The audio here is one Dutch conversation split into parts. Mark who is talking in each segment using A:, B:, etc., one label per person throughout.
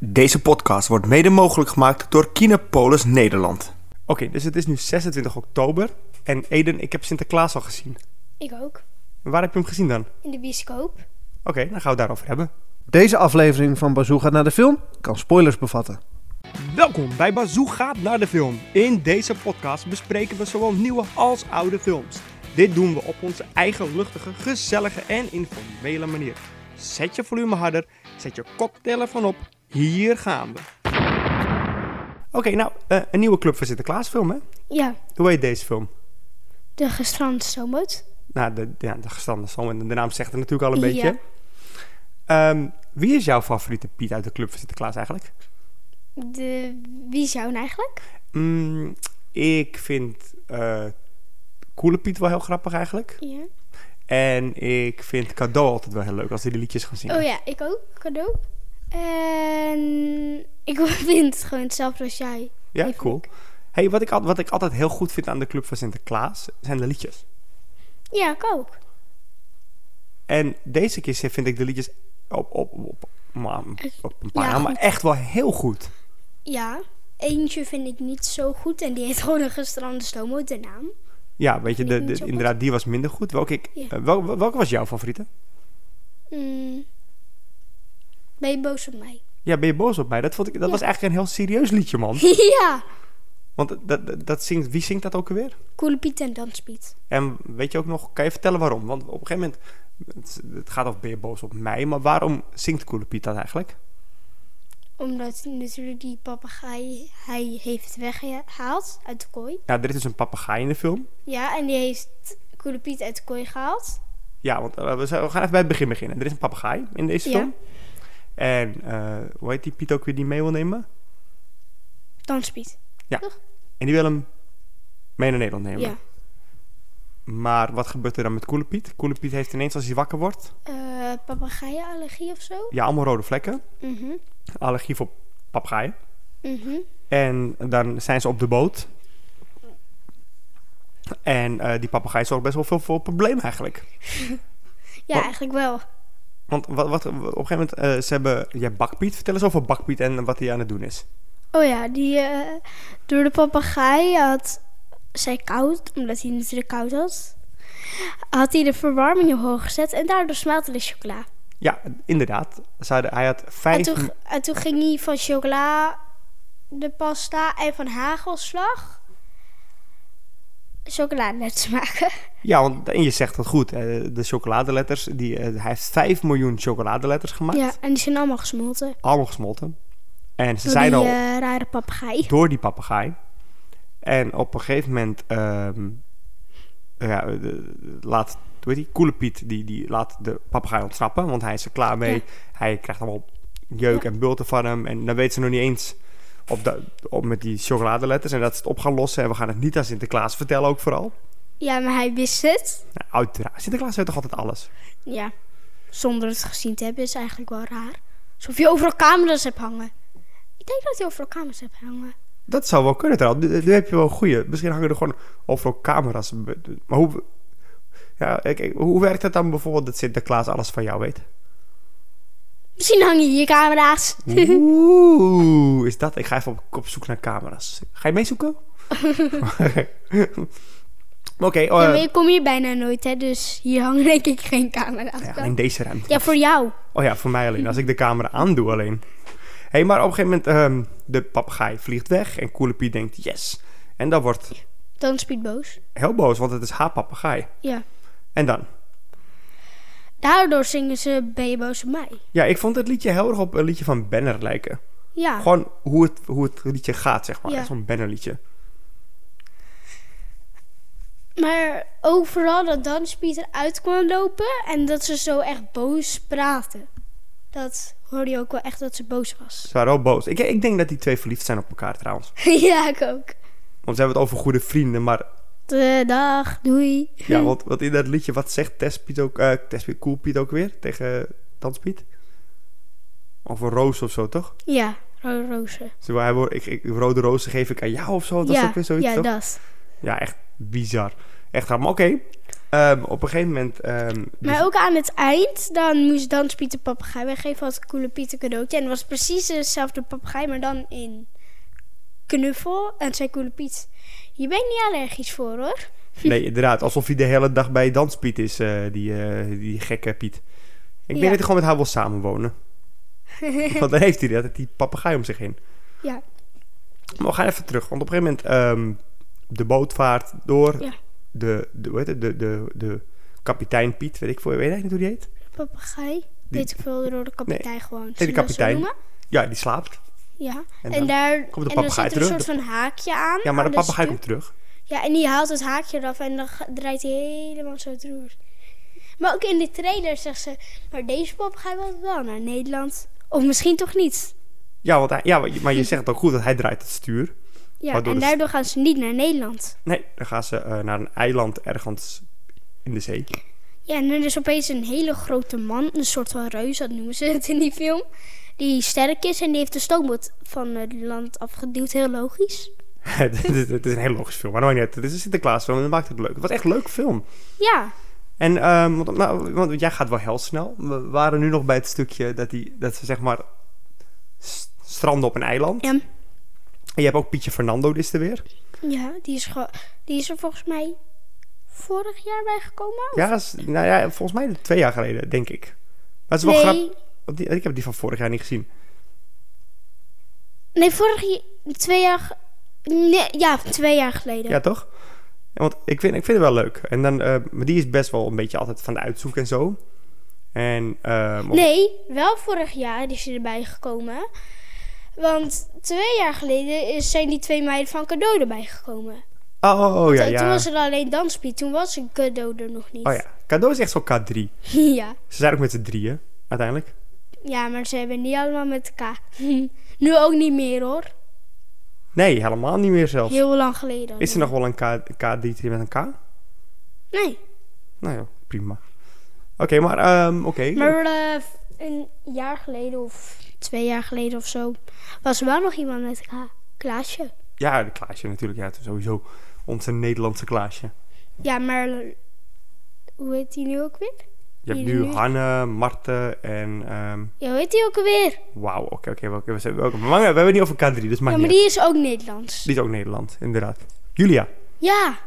A: Deze podcast wordt mede mogelijk gemaakt door Kinepolis Nederland. Oké, dus het is nu 26 oktober. En Eden, ik heb Sinterklaas al gezien.
B: Ik ook.
A: Waar heb je hem gezien dan? Oké,
B: In de bioscoop.
A: dan gaan we het daarover hebben.
C: Deze aflevering van Bazoo gaat naar de film kan spoilers bevatten.
A: Welkom bij Bazoo gaat naar de film. In deze podcast bespreken we zowel nieuwe als oude films. Dit doen we op onze eigen luchtige, gezellige en informele manier. Zet je volume harder, zet je koptelefoon op. Hier gaan we. Oké, nou, eh, een nieuwe Club voor Sinterklaas film, hè?
B: Ja,
A: Hoe heet deze film?
B: de gestrande stoomboot.
A: Nou, de, ja, de gestanden stam en de naam zegt het natuurlijk al een
B: Ja.
A: beetje. Ehm, wie is jouw favoriete Piet uit de Club van Sinterklaas eigenlijk?
B: De, wie is jouw eigenlijk?
A: Mm, ik vind eh Coole Piet wel heel grappig eigenlijk.
B: Ja.
A: En ik vind Cadeau altijd wel heel leuk als hij die liedjes gaan zingen.
B: Oh ja, ik ook. Cadeau. En ik vind het gewoon hetzelfde als jij.
A: Ja,
B: Even
A: cool. Hey, wat, ik al- wat ik altijd heel goed vind aan de Club van Sinterklaas zijn de liedjes.
B: Ja, ik ook.
A: En deze keer vind ik de liedjes op, op, op, maar op een paar
B: Ja,
A: na, maar
B: goed.
A: echt wel heel goed.
B: Ja. Eentje vind ik niet zo goed en die heet gewoon een gestrande stoomboot, de naam.
A: Ja, weet je,
B: Ik
A: de,
B: vind
A: de-
B: het zo goed.
A: inderdaad, die was minder goed. Welke, ik,
B: Ja.
A: eh, wel- wel- welke was jouw favoriete?
B: Mm. Ben je boos op mij?
A: Ja, ben je boos op mij? Dat, vond ik, dat was eigenlijk een heel serieus liedje, man.
B: ja.
A: Want dat, dat, dat zingt, wie zingt dat ook alweer?
B: Coole Piet en Danspiet.
A: En weet je ook nog, kan je vertellen waarom? Want op een gegeven moment, het, het gaat over ben je boos op mij, maar waarom zingt Koele Piet dat eigenlijk?
B: Omdat natuurlijk die papegaai, hij heeft het weggehaald uit de kooi.
A: Nou, er is dus een papegaai in de film.
B: Ja, en die heeft Koele Piet uit de kooi gehaald.
A: Ja, want eh, we, zijn- we gaan even bij het begin beginnen. Er is een papegaai in deze
B: Ja.
A: film. En eh, hoe heet die Piet ook weer die mee wil nemen?
B: Danspiet.
A: En die wil hem mee naar Nederland nemen.
B: Ja.
A: Maar wat gebeurt er dan met Koele Piet? Koele Piet heeft ineens, als hij wakker wordt,
B: Eh Papegaaienallergie of zo?
A: ja, allemaal rode vlekken.
B: Mhm.
A: Allergie voor papegaaien.
B: Mhm.
A: En dan zijn ze op de boot. En eh, die papegaai zorgt best wel veel voor problemen eigenlijk.
B: Ja,
A: Wat?
B: eigenlijk wel.
A: Want wat, wat, op een gegeven moment, eh, ze hebben... Jij Bakpiet, vertel eens over Bakpiet en wat hij aan het doen is.
B: Oh ja, die eh, door de papegaai had zij koud, omdat hij natuurlijk koud had. Had hij de verwarming omhoog gezet en daardoor smelte de chocola.
A: Ja, inderdaad. Ze hadden- hij had
B: En
A: vijf...
B: toen, en toen ging hij van chocola de pasta en van hagelslag chocoladeletters maken.
A: Ja, want en je zegt dat goed. eh, de chocoladeletters, die, eh, hij heeft vijf miljoen chocoladeletters gemaakt.
B: Ja, en die zijn allemaal gesmolten.
A: Allemaal gesmolten. En ze
B: Door
A: zijn
B: die
A: al...
B: eh, rare papegaai.
A: door die papegaai. En op een gegeven moment ehm, ja, de- de- laat, hoe heet die, Koele Piet, die, die laat de papegaai ontsnappen, want hij is er klaar mee.
B: Ja.
A: Hij krijgt allemaal jeuk en bulten van hem en dan weet ze nog niet eens op dat- op met die chocoladeletters en dat ze het op gaan lossen. En we gaan het niet aan Sinterklaas vertellen ook vooral.
B: Ja, maar hij wist het.
A: Nou, uiteraard, Sinterklaas weet toch altijd alles?
B: Ja, zonder het gezien te hebben is eigenlijk wel raar. Alsof je overal camera's hebt hangen. Ik denk dat hij overal camera's hebt hangen.
A: Dat zou wel kunnen trouwens. Nu, nu heb je wel een goeie. Misschien hangen er gewoon overal camera's. Maar hoe... Ja, kijk, hoe werkt het dan bijvoorbeeld dat Sinterklaas alles van jou weet?
B: Misschien hangen hier camera's.
A: Oeh, is dat? Ik ga even op, op zoek naar camera's. Ga je meezoeken? Oké, eh,
B: Ja, maar ik kom hier bijna nooit, hè, dus hier hangen denk ik geen camera's.
A: nou ja,
B: Ja,
A: alleen deze ruimte.
B: voor jou.
A: Oh ja, voor mij alleen. Als ik de camera aandoe alleen. Hé, hey, maar op een gegeven moment, ehm, de papegaai vliegt weg en Koele Piet denkt yes. En dan wordt
B: Dan speedboos.
A: heel boos, want het is haar papegaai.
B: Ja.
A: En dan?
B: Daardoor zingen ze Ben je boos op mij?
A: Ja, ik vond het liedje heel erg op een liedje van Banner lijken.
B: Ja.
A: Gewoon hoe het, hoe het liedje gaat, zeg maar.
B: Ja.
A: Echt Zo'n bannerliedje.
B: Maar overal dat Danspiet eruit kwam lopen en dat ze zo echt boos praten. Dat hoorde je ook wel echt dat ze boos was.
A: Ze waren wel boos. Ik, ik denk dat die twee verliefd zijn op elkaar trouwens.
B: ja, ik ook.
A: Want ze hebben het over goede vrienden, maar
B: De dag, doei.
A: Ja, want, want in dat liedje, wat zegt Tespiet ook, eh Tespiet, Cool Piet ook weer tegen Danspiet? Of een roos of zo, toch?
B: Ja, rode rozen.
A: Ze wil- hij wil- ik, ik, rode rozen geef ik aan jou of zo, dat
B: ja,
A: is ook weer zoiets,
B: ja,
A: toch?
B: dat.
A: Ja, echt bizar. Echt raar. Maar oké, Ehm, op een gegeven moment... ehm,
B: Maar ook aan het eind, dan moest Dans Pieter Papegaai. Wij geven altijd Coole Pieter cadeautje. En het was precies dezelfde papegaai, maar dan in knuffel. En zei Coole Piet, je bent niet allergisch voor hoor.
A: Nee, inderdaad. Alsof hij de hele dag bij Danspiet is, eh, die, eh, die gekke Piet. Ik denk
B: Ja.
A: dat hij gewoon met haar wil samenwonen. want dan heeft hij dat, die papegaai om zich heen.
B: Ja.
A: Maar we gaan even terug. Want op een gegeven moment ehm, de bootvaart door
B: Ja.
A: de, de, hoe heet het, de, de, de kapitein Piet, weet ik veel, weet eigenlijk niet hoe die heet.
B: Papegaai. Weet ik veel, door de kapitein gewoon. Zullen we
A: de
B: dat zo
A: kapitein.
B: noemen?
A: Ja, die slaapt.
B: Ja.
A: En
B: En,
A: dan
B: daar
A: komt de
B: en dan
A: papegaai
B: zit er een
A: terug.
B: soort van haakje aan.
A: Ja, maar
B: aan
A: de
B: dat
A: papegaai
B: stuur.
A: komt terug.
B: Ja, en die haalt het haakje eraf en dan ga- draait hij helemaal zo het roer. Maar ook in de trailer zegt ze, maar deze papegaai wil wel naar Nederland. Of misschien toch niet.
A: Ja, want hij, ja, maar je- maar je zegt het ook goed dat hij draait het stuur.
B: Ja,
A: Waardoor dus-
B: en
A: het-
B: daardoor gaan ze niet naar Nederland.
A: Nee, dan gaan ze eh, naar een eiland ergens in de zee.
B: Ja, en er is opeens een hele grote man, een soort van reus, dat noemen ze het in die film. Die sterk is en die heeft de stoomboot van het land afgeduwd, heel logisch.
A: het, is, het is een heel logisch film, maar dat maakt niet uit. Het is een Sinterklaasfilm en dat maakt het leuk. Het was echt een leuk film.
B: Ja,
A: En, ehm, want, nou, want jij gaat wel heel snel. We waren nu nog bij het stukje dat, die, dat ze zeg maar s- stranden op een eiland.
B: Ja.
A: En je hebt ook Pietje Fernando, dit is er weer.
B: ja die, is ge- die is er volgens mij vorig jaar bij gekomen.
A: Ja, dat is- nou ja, volgens mij twee jaar geleden, denk ik. Maar het is wel grappig.
B: nee,
A: want die- Ik heb die van vorig jaar niet gezien.
B: nee, vorig jaar, twee jaar, ge- nee, ja, twee jaar geleden.
A: Ja, toch? Ja, want ik vind, ik vind het wel leuk. En dan, eh, maar die is best wel een beetje altijd van de uitzoek en zo. En, ehm, op-
B: Nee, wel vorig jaar is hij erbij gekomen. Want twee jaar geleden is- zijn die twee meiden van cadeau erbij gekomen.
A: Oh, oh, oh, ja,
B: Toen- Toen
A: ja.
B: was er alleen danspiet, toen was een cadeau er nog niet.
A: Oh ja, cadeau is echt zo'n K3.
B: ja.
A: Ze zijn ook met z'n drieën, uiteindelijk.
B: Ja, maar ze hebben niet allemaal met elkaar. nu ook niet meer hoor.
A: Nee, helemaal niet meer zelfs.
B: Heel lang geleden.
A: Is er nog wel een K, K3 met een K?
B: Nee.
A: Nou ja, prima. Oké, maar ehm, oké.
B: Maar eh, een jaar geleden of twee jaar geleden of zo was er wel nog iemand met elkaar. Klaasje.
A: Ja, de Klaasje natuurlijk. Ja, het is sowieso onze Nederlandse Klaasje.
B: Ja, maar hoe heet die nu ook weer?
A: Je hebt
B: Hier
A: nu
B: nu.
A: Hanne, Marten en... ehm,
B: Ja, hoe heet die ook weer?
A: Wauw, oké, oké. welke- we, zijn- welke- maar we hebben het niet over K3, dus maakt
B: Ja,
A: niet
B: maar
A: uit.
B: die is ook Nederlands.
A: Die is ook Nederland, inderdaad. Julia.
B: Ja,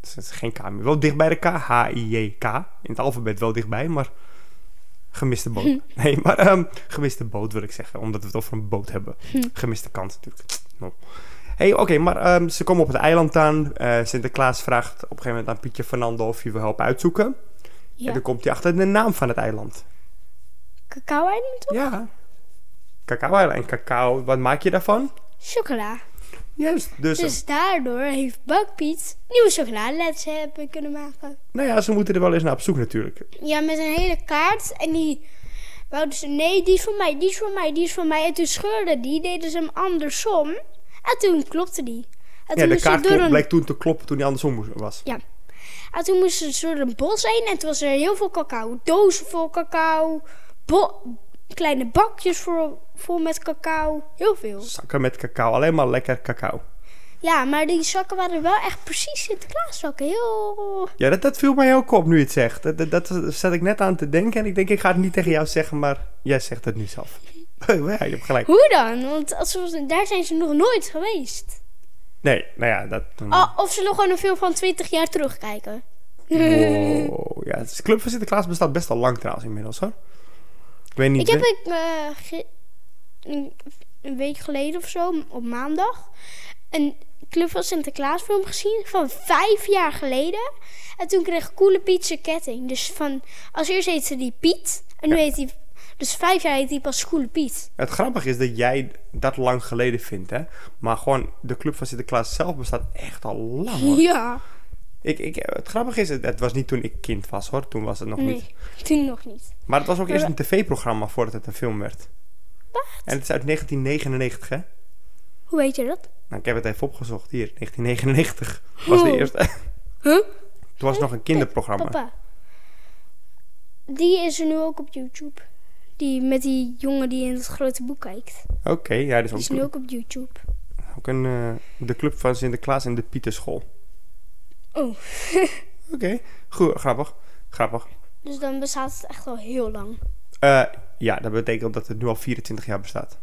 A: Dus het is geen K meer. Wel dicht bij de K. H-I-J-K. In het alfabet wel dichtbij, maar... Gemiste
B: Hm.
A: boot. Nee, maar ehm, gemiste boot wil ik zeggen. Omdat we het over een boot hebben.
B: Hm.
A: Gemiste kans natuurlijk. No. hey, oké, maar ehm, ze komen op het eiland aan. Eh, Sinterklaas vraagt op een gegeven moment aan Pietje Fernando of hij wil helpen uitzoeken.
B: Ja.
A: En dan komt hij achter de naam van het eiland.
B: cacao eiland toch?
A: Ja. Cacao en cacao, wat maak je daarvan?
B: Chocola.
A: Juist, dus,
B: Dus daardoor heeft Bakpiet nieuwe chocoladeletters hebben kunnen maken.
A: nou ja, ze moeten er wel eens naar op zoek natuurlijk.
B: Ja, met een hele kaart. En die wouden ze, nee, die is voor mij, die is voor mij, die is voor mij. En toen scheurde die, deden ze hem andersom. En toen klopte die. En toen,
A: Ja, de
B: moest ze
A: kaart
B: door
A: klop-
B: een,
A: bleek toen te kloppen toen hij andersom moest- was.
B: en toen moesten ze door een bos heen. En toen was er heel veel cacao. Dozen vol cacao. bo- kleine bakjes vol, vol met cacao. Heel veel.
A: Zakken met cacao, alleen maar lekker cacao.
B: Ja, maar die zakken waren wel echt precies Sinterklaaszakken. Heel...
A: Ja, dat, dat viel mij ook op nu je het zegt. Dat, dat, dat zat ik net aan te denken en ik denk, ik ga het niet tegen jou zeggen, maar jij zegt het nu zelf. ja, je hebt gelijk.
B: Hoe dan? Want als ze, daar zijn ze nog nooit geweest.
A: Nee, nou ja, dat...
B: Ah, of ze nog gewoon een film van 20 jaar terugkijken.
A: Wow. Ja, de Club van Sinterklaas bestaat best al lang trouwens inmiddels, hoor. Ik weet niet...
B: Ik heb ik, eh, ge- een, een week geleden of zo, op maandag, een Club van Sinterklaas film gezien van vijf jaar geleden. En toen kreeg Coole Piet zijn ketting. Dus van, als eerst heette ze die Piet. En nu heet hij, dus vijf jaar heet hij pas Coole Piet.
A: Het grappige is dat jij dat lang geleden vindt, hè. Maar gewoon, de Club van Sinterklaas zelf bestaat echt al lang, hoor.
B: Ja.
A: Ik, ik, het grappige is, het, het was niet toen ik kind was hoor. Toen was het nog niet.
B: Nee, toen nog niet.
A: Maar het was ook
B: Maar
A: eerst
B: we-
A: een tv-programma voordat het een film werd. Wat? En het is uit 1999 hè.
B: Hoe weet je dat?
A: Nou, ik heb het even opgezocht hier. 1999 was de
B: Wow.
A: eerste.
B: Oh. Huh?
A: Toen was het nog een kinderprogramma.
B: Papa. Die is er nu ook op YouTube. Die met die jongen die in het grote boek kijkt.
A: Oké, ja, dat
B: Die
A: is
B: is nu
A: ook,
B: ook op YouTube.
A: ook een, eh, de club van Sinterklaas en de Pieterschool.
B: Oh.
A: Oké, goed, grappig. Grappig.
B: Dus dan bestaat het echt al heel lang.
A: Eh, ja, dat betekent dat het nu al 24 jaar bestaat.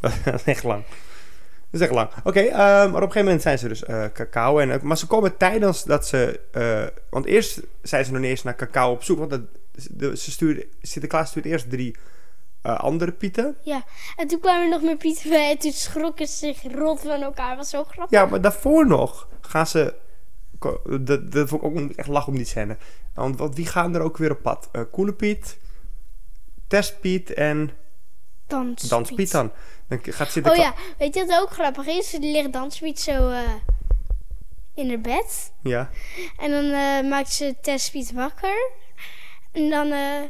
A: dat is echt lang. Dat is echt lang. Oké, ehm, maar op een gegeven moment zijn ze dus eh, cacao. en, eh, maar ze komen tijdens dat ze... eh, want eerst zijn ze nog niet eens naar cacao op zoek. Want dat, de- ze stuurde, Sinterklaas stuurt eerst drie eh, andere pieten.
B: Ja, en toen kwamen er nog meer Pieten bij en toen schrokken ze zich rot van elkaar. was zo grappig.
A: Ja, maar daarvoor nog gaan ze... ko- Dat, dat vond ik ook echt lach om die scène. Want, want wie gaan er ook weer op pad? Eh Koele Piet, Testpiet en
B: Dans
A: Danspiet dan. Dan gaat
B: Oh
A: Sinterklaas...
B: ja, weet je wat ook grappig is? Er ligt Danspiet zo eh, in haar bed.
A: ja.
B: En dan eh, maakt ze Tespiet wakker. En dan eh,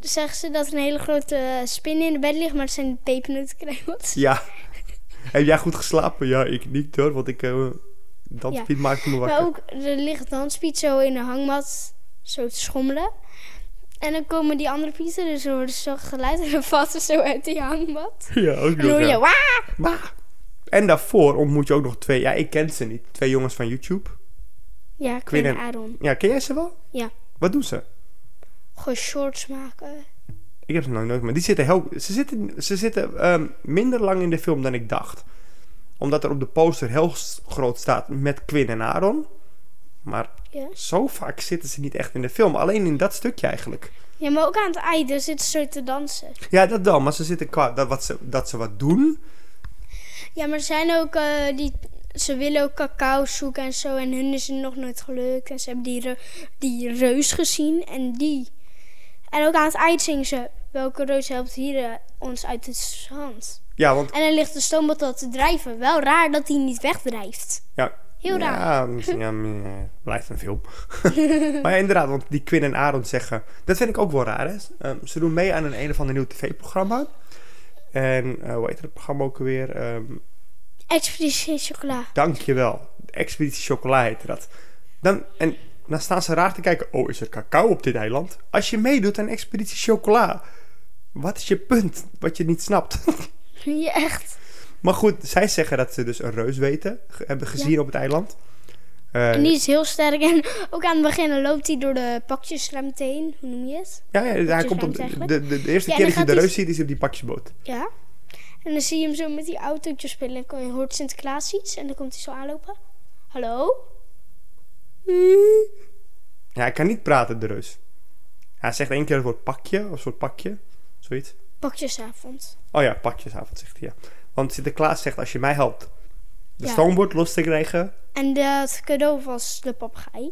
B: zegt ze dat er een hele grote eh, spin in de bed ligt, maar het zijn pepernotenkruimels.
A: Ja. Heb jij goed geslapen? Ja, ik niet hoor, want ik... eh danspiet maakte me wakker.
B: Maar ook, er ligt Danspiet zo in de hangmat, zo te schommelen. En dan komen die andere pieten, dus er wordt zo geluid en dan valt ze zo uit die hangmat.
A: Ja, ook
B: En dan
A: nog,
B: hoor
A: ja.
B: je, "Waa!"
A: Maar- En daarvoor ontmoet je ook nog twee... Ja, ik ken ze niet. Twee jongens van YouTube.
B: Ja, Quinn
A: en-
B: en Aaron.
A: Ja, ken jij ze wel?
B: Ja.
A: Wat doen ze?
B: Gewoon shorts maken.
A: Ik heb ze nog nooit... Maar die zitten heel... Ze zitten, ze zitten ehm, minder lang in de film dan ik dacht. Omdat er op de poster heel s- groot staat met Quinn en Aaron. Maar
B: Ja.
A: zo vaak zitten ze niet echt in de film. Alleen in dat stukje eigenlijk.
B: ja, maar ook aan het ei, daar zitten ze zo te dansen.
A: Ja, dat dan. Maar ze zitten qua... Dat, wat ze, dat ze wat doen...
B: Ja, maar er zijn ook eh, die. Ze willen ook cacao zoeken en zo. En hun is het nog nooit gelukt. En ze hebben die, re- die reus gezien. En die. En ook aan het eind zingen ze. Welke reus helpt hier eh, ons uit het zand?
A: Ja, want
B: En dan ligt de stoombot al te drijven. Wel raar dat hij niet wegdrijft.
A: Ja.
B: Heel raar.
A: Ja, misschien- ja, mm, eh, blijft een film. maar ja, inderdaad, want die Quinn en Aaron zeggen... Dat vind ik ook wel raar, hè. Ehm, ze doen mee aan een een of ander nieuw tv-programma. En eh hoe heet het programma ook weer? Ehm
B: Expeditie chocola.
A: dankjewel. Expeditie Chocola heette dat. Dan, en dan staan ze raar te kijken. Oh, is er cacao op dit eiland? Als je meedoet aan Expeditie Chocola... Wat is je punt? Wat je niet snapt.
B: Ja, echt.
A: maar goed, zij zeggen dat ze dus een reus weten. ge- Hebben gezien op het eiland. Eh,
B: En die is heel sterk. En ook aan het begin loopt hij door de pakjesruimte heen. Hoe noem je het?
A: Ja, ja hij
B: je
A: komt op
B: ruimte
A: de, de,
B: eigenlijk.
A: de eerste
B: Ja,
A: keer
B: dan
A: dat je de
B: gaat
A: reus
B: die-
A: ziet, is op die pakjesboot.
B: Ja. En dan zie je hem zo met die autootje spelen. En dan hoort Sinterklaas iets. En dan komt hij zo aanlopen. Hallo?
A: Ja, hij kan niet praten, de reus. Hij zegt één keer het woord pakje, of soort pakje, zoiets.
B: Pakjesavond.
A: Oh ja, pakjesavond zegt hij, ja. Want Sinterklaas zegt, als je mij helpt de
B: Ja.
A: stoomboot los te krijgen...
B: En dat cadeau was de papegaai.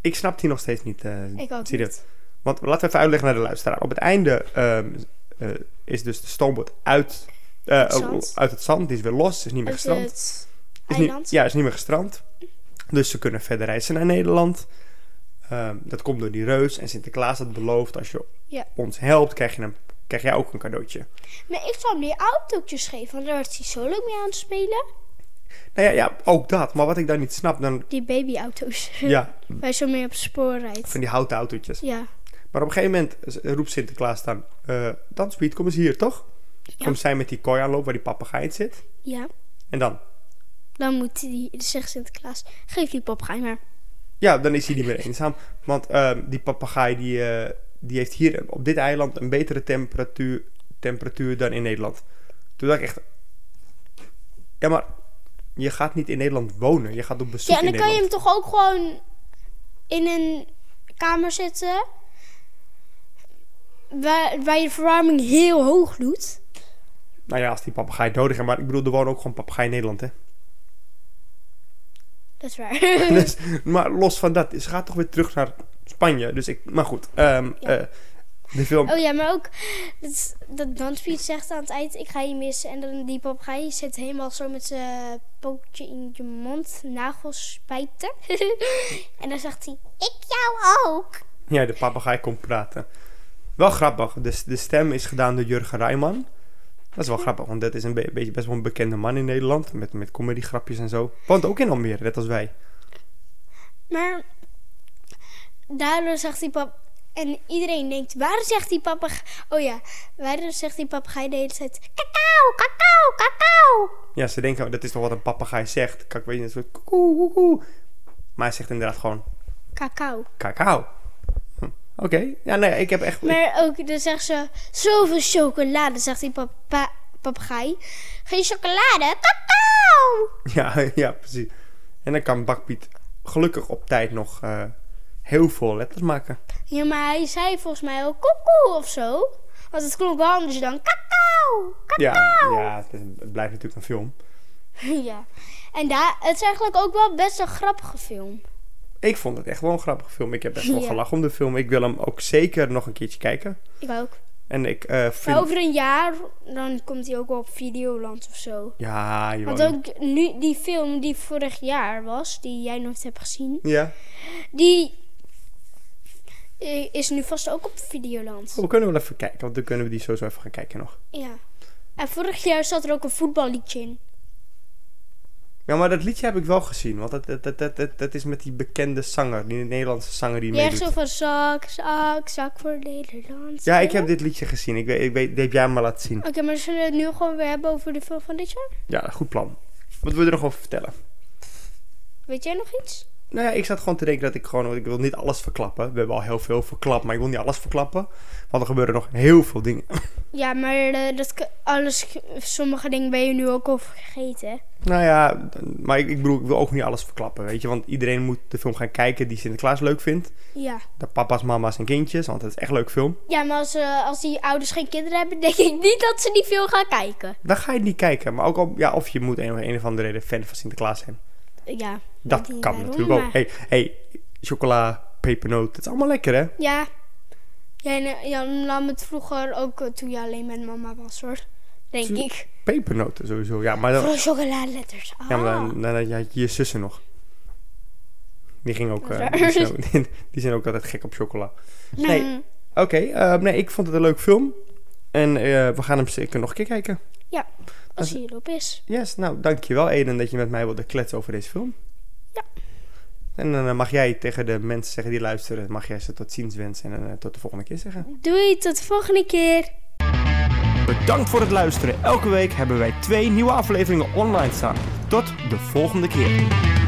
A: Ik snap die nog steeds niet. eh,
B: Ik ook
A: zie je
B: niet.
A: dat? Want laten we even uitleggen naar de luisteraar. Op het einde ehm, eh, is dus de stoomboot uit, eh,
B: Het zand.
A: uit het zand. Die is weer los, is niet meer
B: Uit
A: gestrand.
B: het
A: Is niet-
B: eiland.
A: ja, is niet meer gestrand. Dus ze kunnen verder reizen naar Nederland. Ehm, dat komt door die reus. En Sinterklaas had beloofd, als je
B: Ja.
A: ons helpt, krijg, je een, krijg jij ook een cadeautje.
B: Maar ik zou hem die autootjes geven. Want daar was hij zo leuk mee aan het spelen.
A: Nou ja, ja, ook dat. Maar wat ik daar niet snap, dan...
B: Die babyauto's.
A: Ja,
B: Waar je zo mee op het spoor rijdt.
A: van die houten autootjes.
B: Ja.
A: Maar op een gegeven moment roept Sinterklaas dan... eh dan, Speed, kom eens hier, toch? Komt zij met die kooi aanloop waar die papegaai in zit.
B: Ja.
A: En dan?
B: Dan moet die, zegt Sinterklaas, geef die papegaai maar.
A: Ja, dan is hij niet meer eenzaam. Want ehm, die papegaai die, eh, die heeft hier op dit eiland een betere temperatuur, temperatuur dan in Nederland. Toen dacht ik echt... Ja, maar je gaat niet in Nederland wonen. Je gaat op bezoek
B: Ja, en
A: in
B: dan kan je
A: Nederland.
B: hem toch ook gewoon in een kamer zetten. Waar, waar je de verwarming heel hoog doet.
A: Nou ja, als die papegaai nodig heeft. Maar ik bedoel, er wonen ook gewoon papegaai in Nederland, hè.
B: Dat is waar.
A: Dus, maar los van dat, ze gaat toch weer terug naar Spanje. Dus ik... Maar goed, ehm, eh, de film...
B: oh ja, maar ook dat, dat Danspiet zegt aan het eind: Ik ga je missen. En dan die papegaai zit helemaal zo met zijn pootje in je mond, nagels spijten. en dan zegt hij: Ik jou ook.
A: Ja, de papegaai komt praten. Wel grappig. De, de stem is gedaan door Jurgen Rijman. Dat is wel grappig, want dat is een be- beetje best wel een bekende man in Nederland. Met, met comedy grapjes en zo. Woont ook in Almere, net als wij.
B: Maar daardoor zegt die pap... En iedereen denkt, waarom zegt die papegaai... Oh ja, waarom zegt die papegaai de hele tijd... Kakao, kakao, kakao.
A: Ja, ze denken, oh, dat is toch wat een papegaai zegt. Kijk, weet je, een soort koekoe, koekoe. Maar hij zegt inderdaad gewoon
B: Cacao.
A: Cacao. Hm, Oké. Ja, nee, ik heb echt...
B: Maar ook, dan zegt ze, zoveel chocolade, zegt die papa- papegaai. Geen chocolade, cacao!
A: Ja, ja, precies. En dan kan Bakpiet gelukkig op tijd nog eh, heel veel letters maken.
B: Ja, maar hij zei volgens mij ook koekoe of zo. Want het klonk wel anders dan kakao.
A: Ja, ja het, is- het blijft natuurlijk een film.
B: ja. En daar, het is eigenlijk ook wel best een grappige film.
A: Ik vond het echt wel een grappige film. Ik heb echt wel
B: Ja.
A: gelachen om de film. Ik wil hem ook zeker nog een keertje kijken.
B: Ik ook.
A: En ik eh
B: Maar
A: vind...
B: over een jaar, dan komt hij ook wel op Videoland of zo.
A: Ja, joh.
B: Want ook nu, die film die vorig jaar was, die jij nooit hebt gezien,
A: Ja.
B: die eh, is nu vast ook op Videoland.
A: Oh, We kunnen wel even kijken, want dan kunnen we die sowieso even gaan kijken nog.
B: Ja. En vorig jaar zat er ook een voetballiedje in.
A: Ja, maar dat liedje heb ik wel gezien. Want dat, dat, dat, dat, dat, dat is met die bekende zanger, die Nederlandse zanger die
B: Die echt
A: meedoet.
B: zo van zak, zak, zak voor Nederland.
A: Ja, ik heb dit liedje gezien. Ik weet, ik weet, die heb jij hem maar laten zien.
B: Oké, maar zullen we het nu gewoon weer hebben over de film van dit jaar?
A: Ja, goed plan. Wat wil je er nog over vertellen?
B: Weet jij nog iets?
A: Nou ja, ik zat gewoon te denken dat ik gewoon... want Ik wil niet alles verklappen. We hebben al heel veel verklapt, maar ik wil niet alles verklappen. Want er gebeuren nog heel veel dingen.
B: Ja, maar eh, dat k- alles, g- sommige dingen ben je nu ook al vergeten. hè?
A: Nou ja, maar ik, ik bedoel, ik wil ook niet alles verklappen, weet je. Want iedereen moet de film gaan kijken die Sinterklaas leuk vindt.
B: Ja.
A: De papa's, mama's en kindjes, want het is echt een leuk film.
B: Ja, maar als, eh, als die ouders geen kinderen hebben, denk ik niet dat ze die film gaan kijken.
A: Dan ga je het niet kijken. Maar ook al, ja, of je moet een, een of andere reden fan van Sinterklaas zijn.
B: Ja. ik
A: Dat
B: weet niet
A: kan
B: waarom,
A: natuurlijk ook.
B: maar-
A: hey, hey, chocola, pepernoot, het is allemaal lekker, hè?
B: Ja. Jij en, eh, Jan nam het vroeger ook eh, toen je alleen met mama was, hoor. Denk
A: Toen-
B: ik.
A: Pepernoten sowieso, ja. Maar, dan,
B: Vooral chocoladeletters. Ah.
A: ja, maar dan, dan had je je zussen nog. Die ging ook...
B: Dat is
A: eh,
B: waar.
A: die, zijn ook die zijn ook altijd gek op chocola. nee.
B: Mm,
A: Oké, eh, nee, ik vond het een leuk film. En eh, we gaan hem zeker nog een keer kijken.
B: Als hij erop is.
A: Yes, nou dankjewel Eden dat je met mij wilde kletsen over deze film.
B: Ja.
A: En dan eh, mag jij tegen de mensen zeggen die luisteren, mag jij ze tot ziens wensen en eh, tot de volgende keer zeggen.
B: Doei, tot de volgende keer.
A: Bedankt voor het luisteren. Elke week hebben wij twee nieuwe afleveringen online staan. Tot de volgende keer.